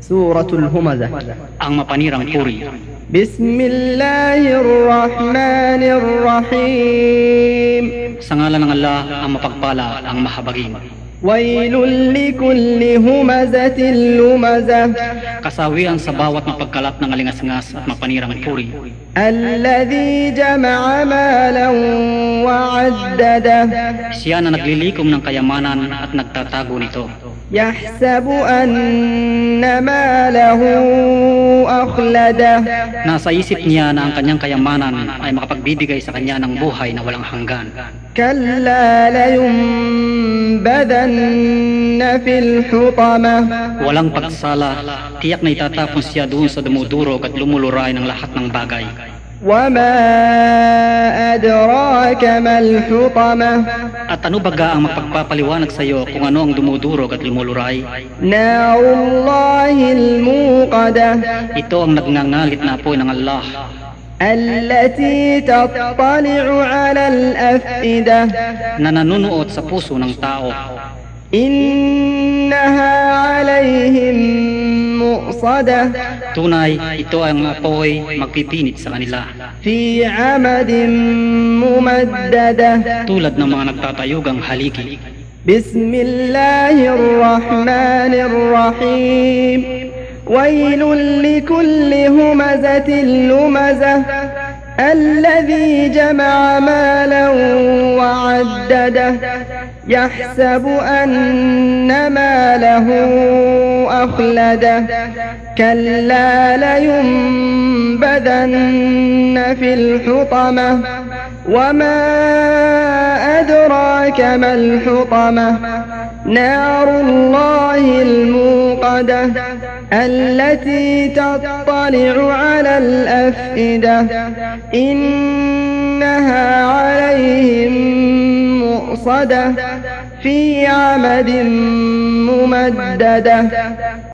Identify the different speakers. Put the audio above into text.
Speaker 1: سورة الهمزة
Speaker 2: ang mapanirang puri.
Speaker 1: بسم الله الرحمن الرحيم
Speaker 2: Sa ngalan ng Allah, ang mapagpala, ang mahabagin.
Speaker 1: ويل لكل همزة لمزة
Speaker 2: Kasawian sa bawat mapagkalat ng alingas-ngas at mapanirang puri.
Speaker 1: الذي جمع مالا وعدده
Speaker 2: Siya na naglilikom ng kayamanan at nagtatago nito.
Speaker 1: يحسب أن ماله أخلده
Speaker 2: Nasa isip niya na ang kanyang kayamanan ay makapagbibigay sa kanya ng buhay na walang hanggan.
Speaker 1: كلا لينبذن في الحطمة
Speaker 2: Walang pagsala, tiyak na itatapon siya doon sa dumudurog at lumuluray ng lahat ng bagay.
Speaker 1: وما أدراك ما الحطمة
Speaker 2: At ano baga ang mapagpapaliwanag sa iyo kung ano ang dumudurog at lumuluray?
Speaker 1: نار الله الموقدة
Speaker 2: Ito ang nagngangalit na apoy ng Allah
Speaker 1: التي تطلع على الأفئدة
Speaker 2: na nanunuot sa puso ng tao.
Speaker 1: إنها عليهم مؤصدة
Speaker 2: Tunay, ito ang apoy magpipinit sa kanila.
Speaker 1: في عمد ممددة
Speaker 2: Tulad ng mga nagtatayugang haligi.
Speaker 1: بسم الله الرحمن الرحيم ويل لكل همزة لمزة الذي جمع مالا وعدده يحسب أن ماله أخلده كلا لينبذن في الحطمة وما أدراك ما الحطمة نار الله الموقدة التي تطلع على الأفئدة إنها عليهم مؤصدة في عمد ممددة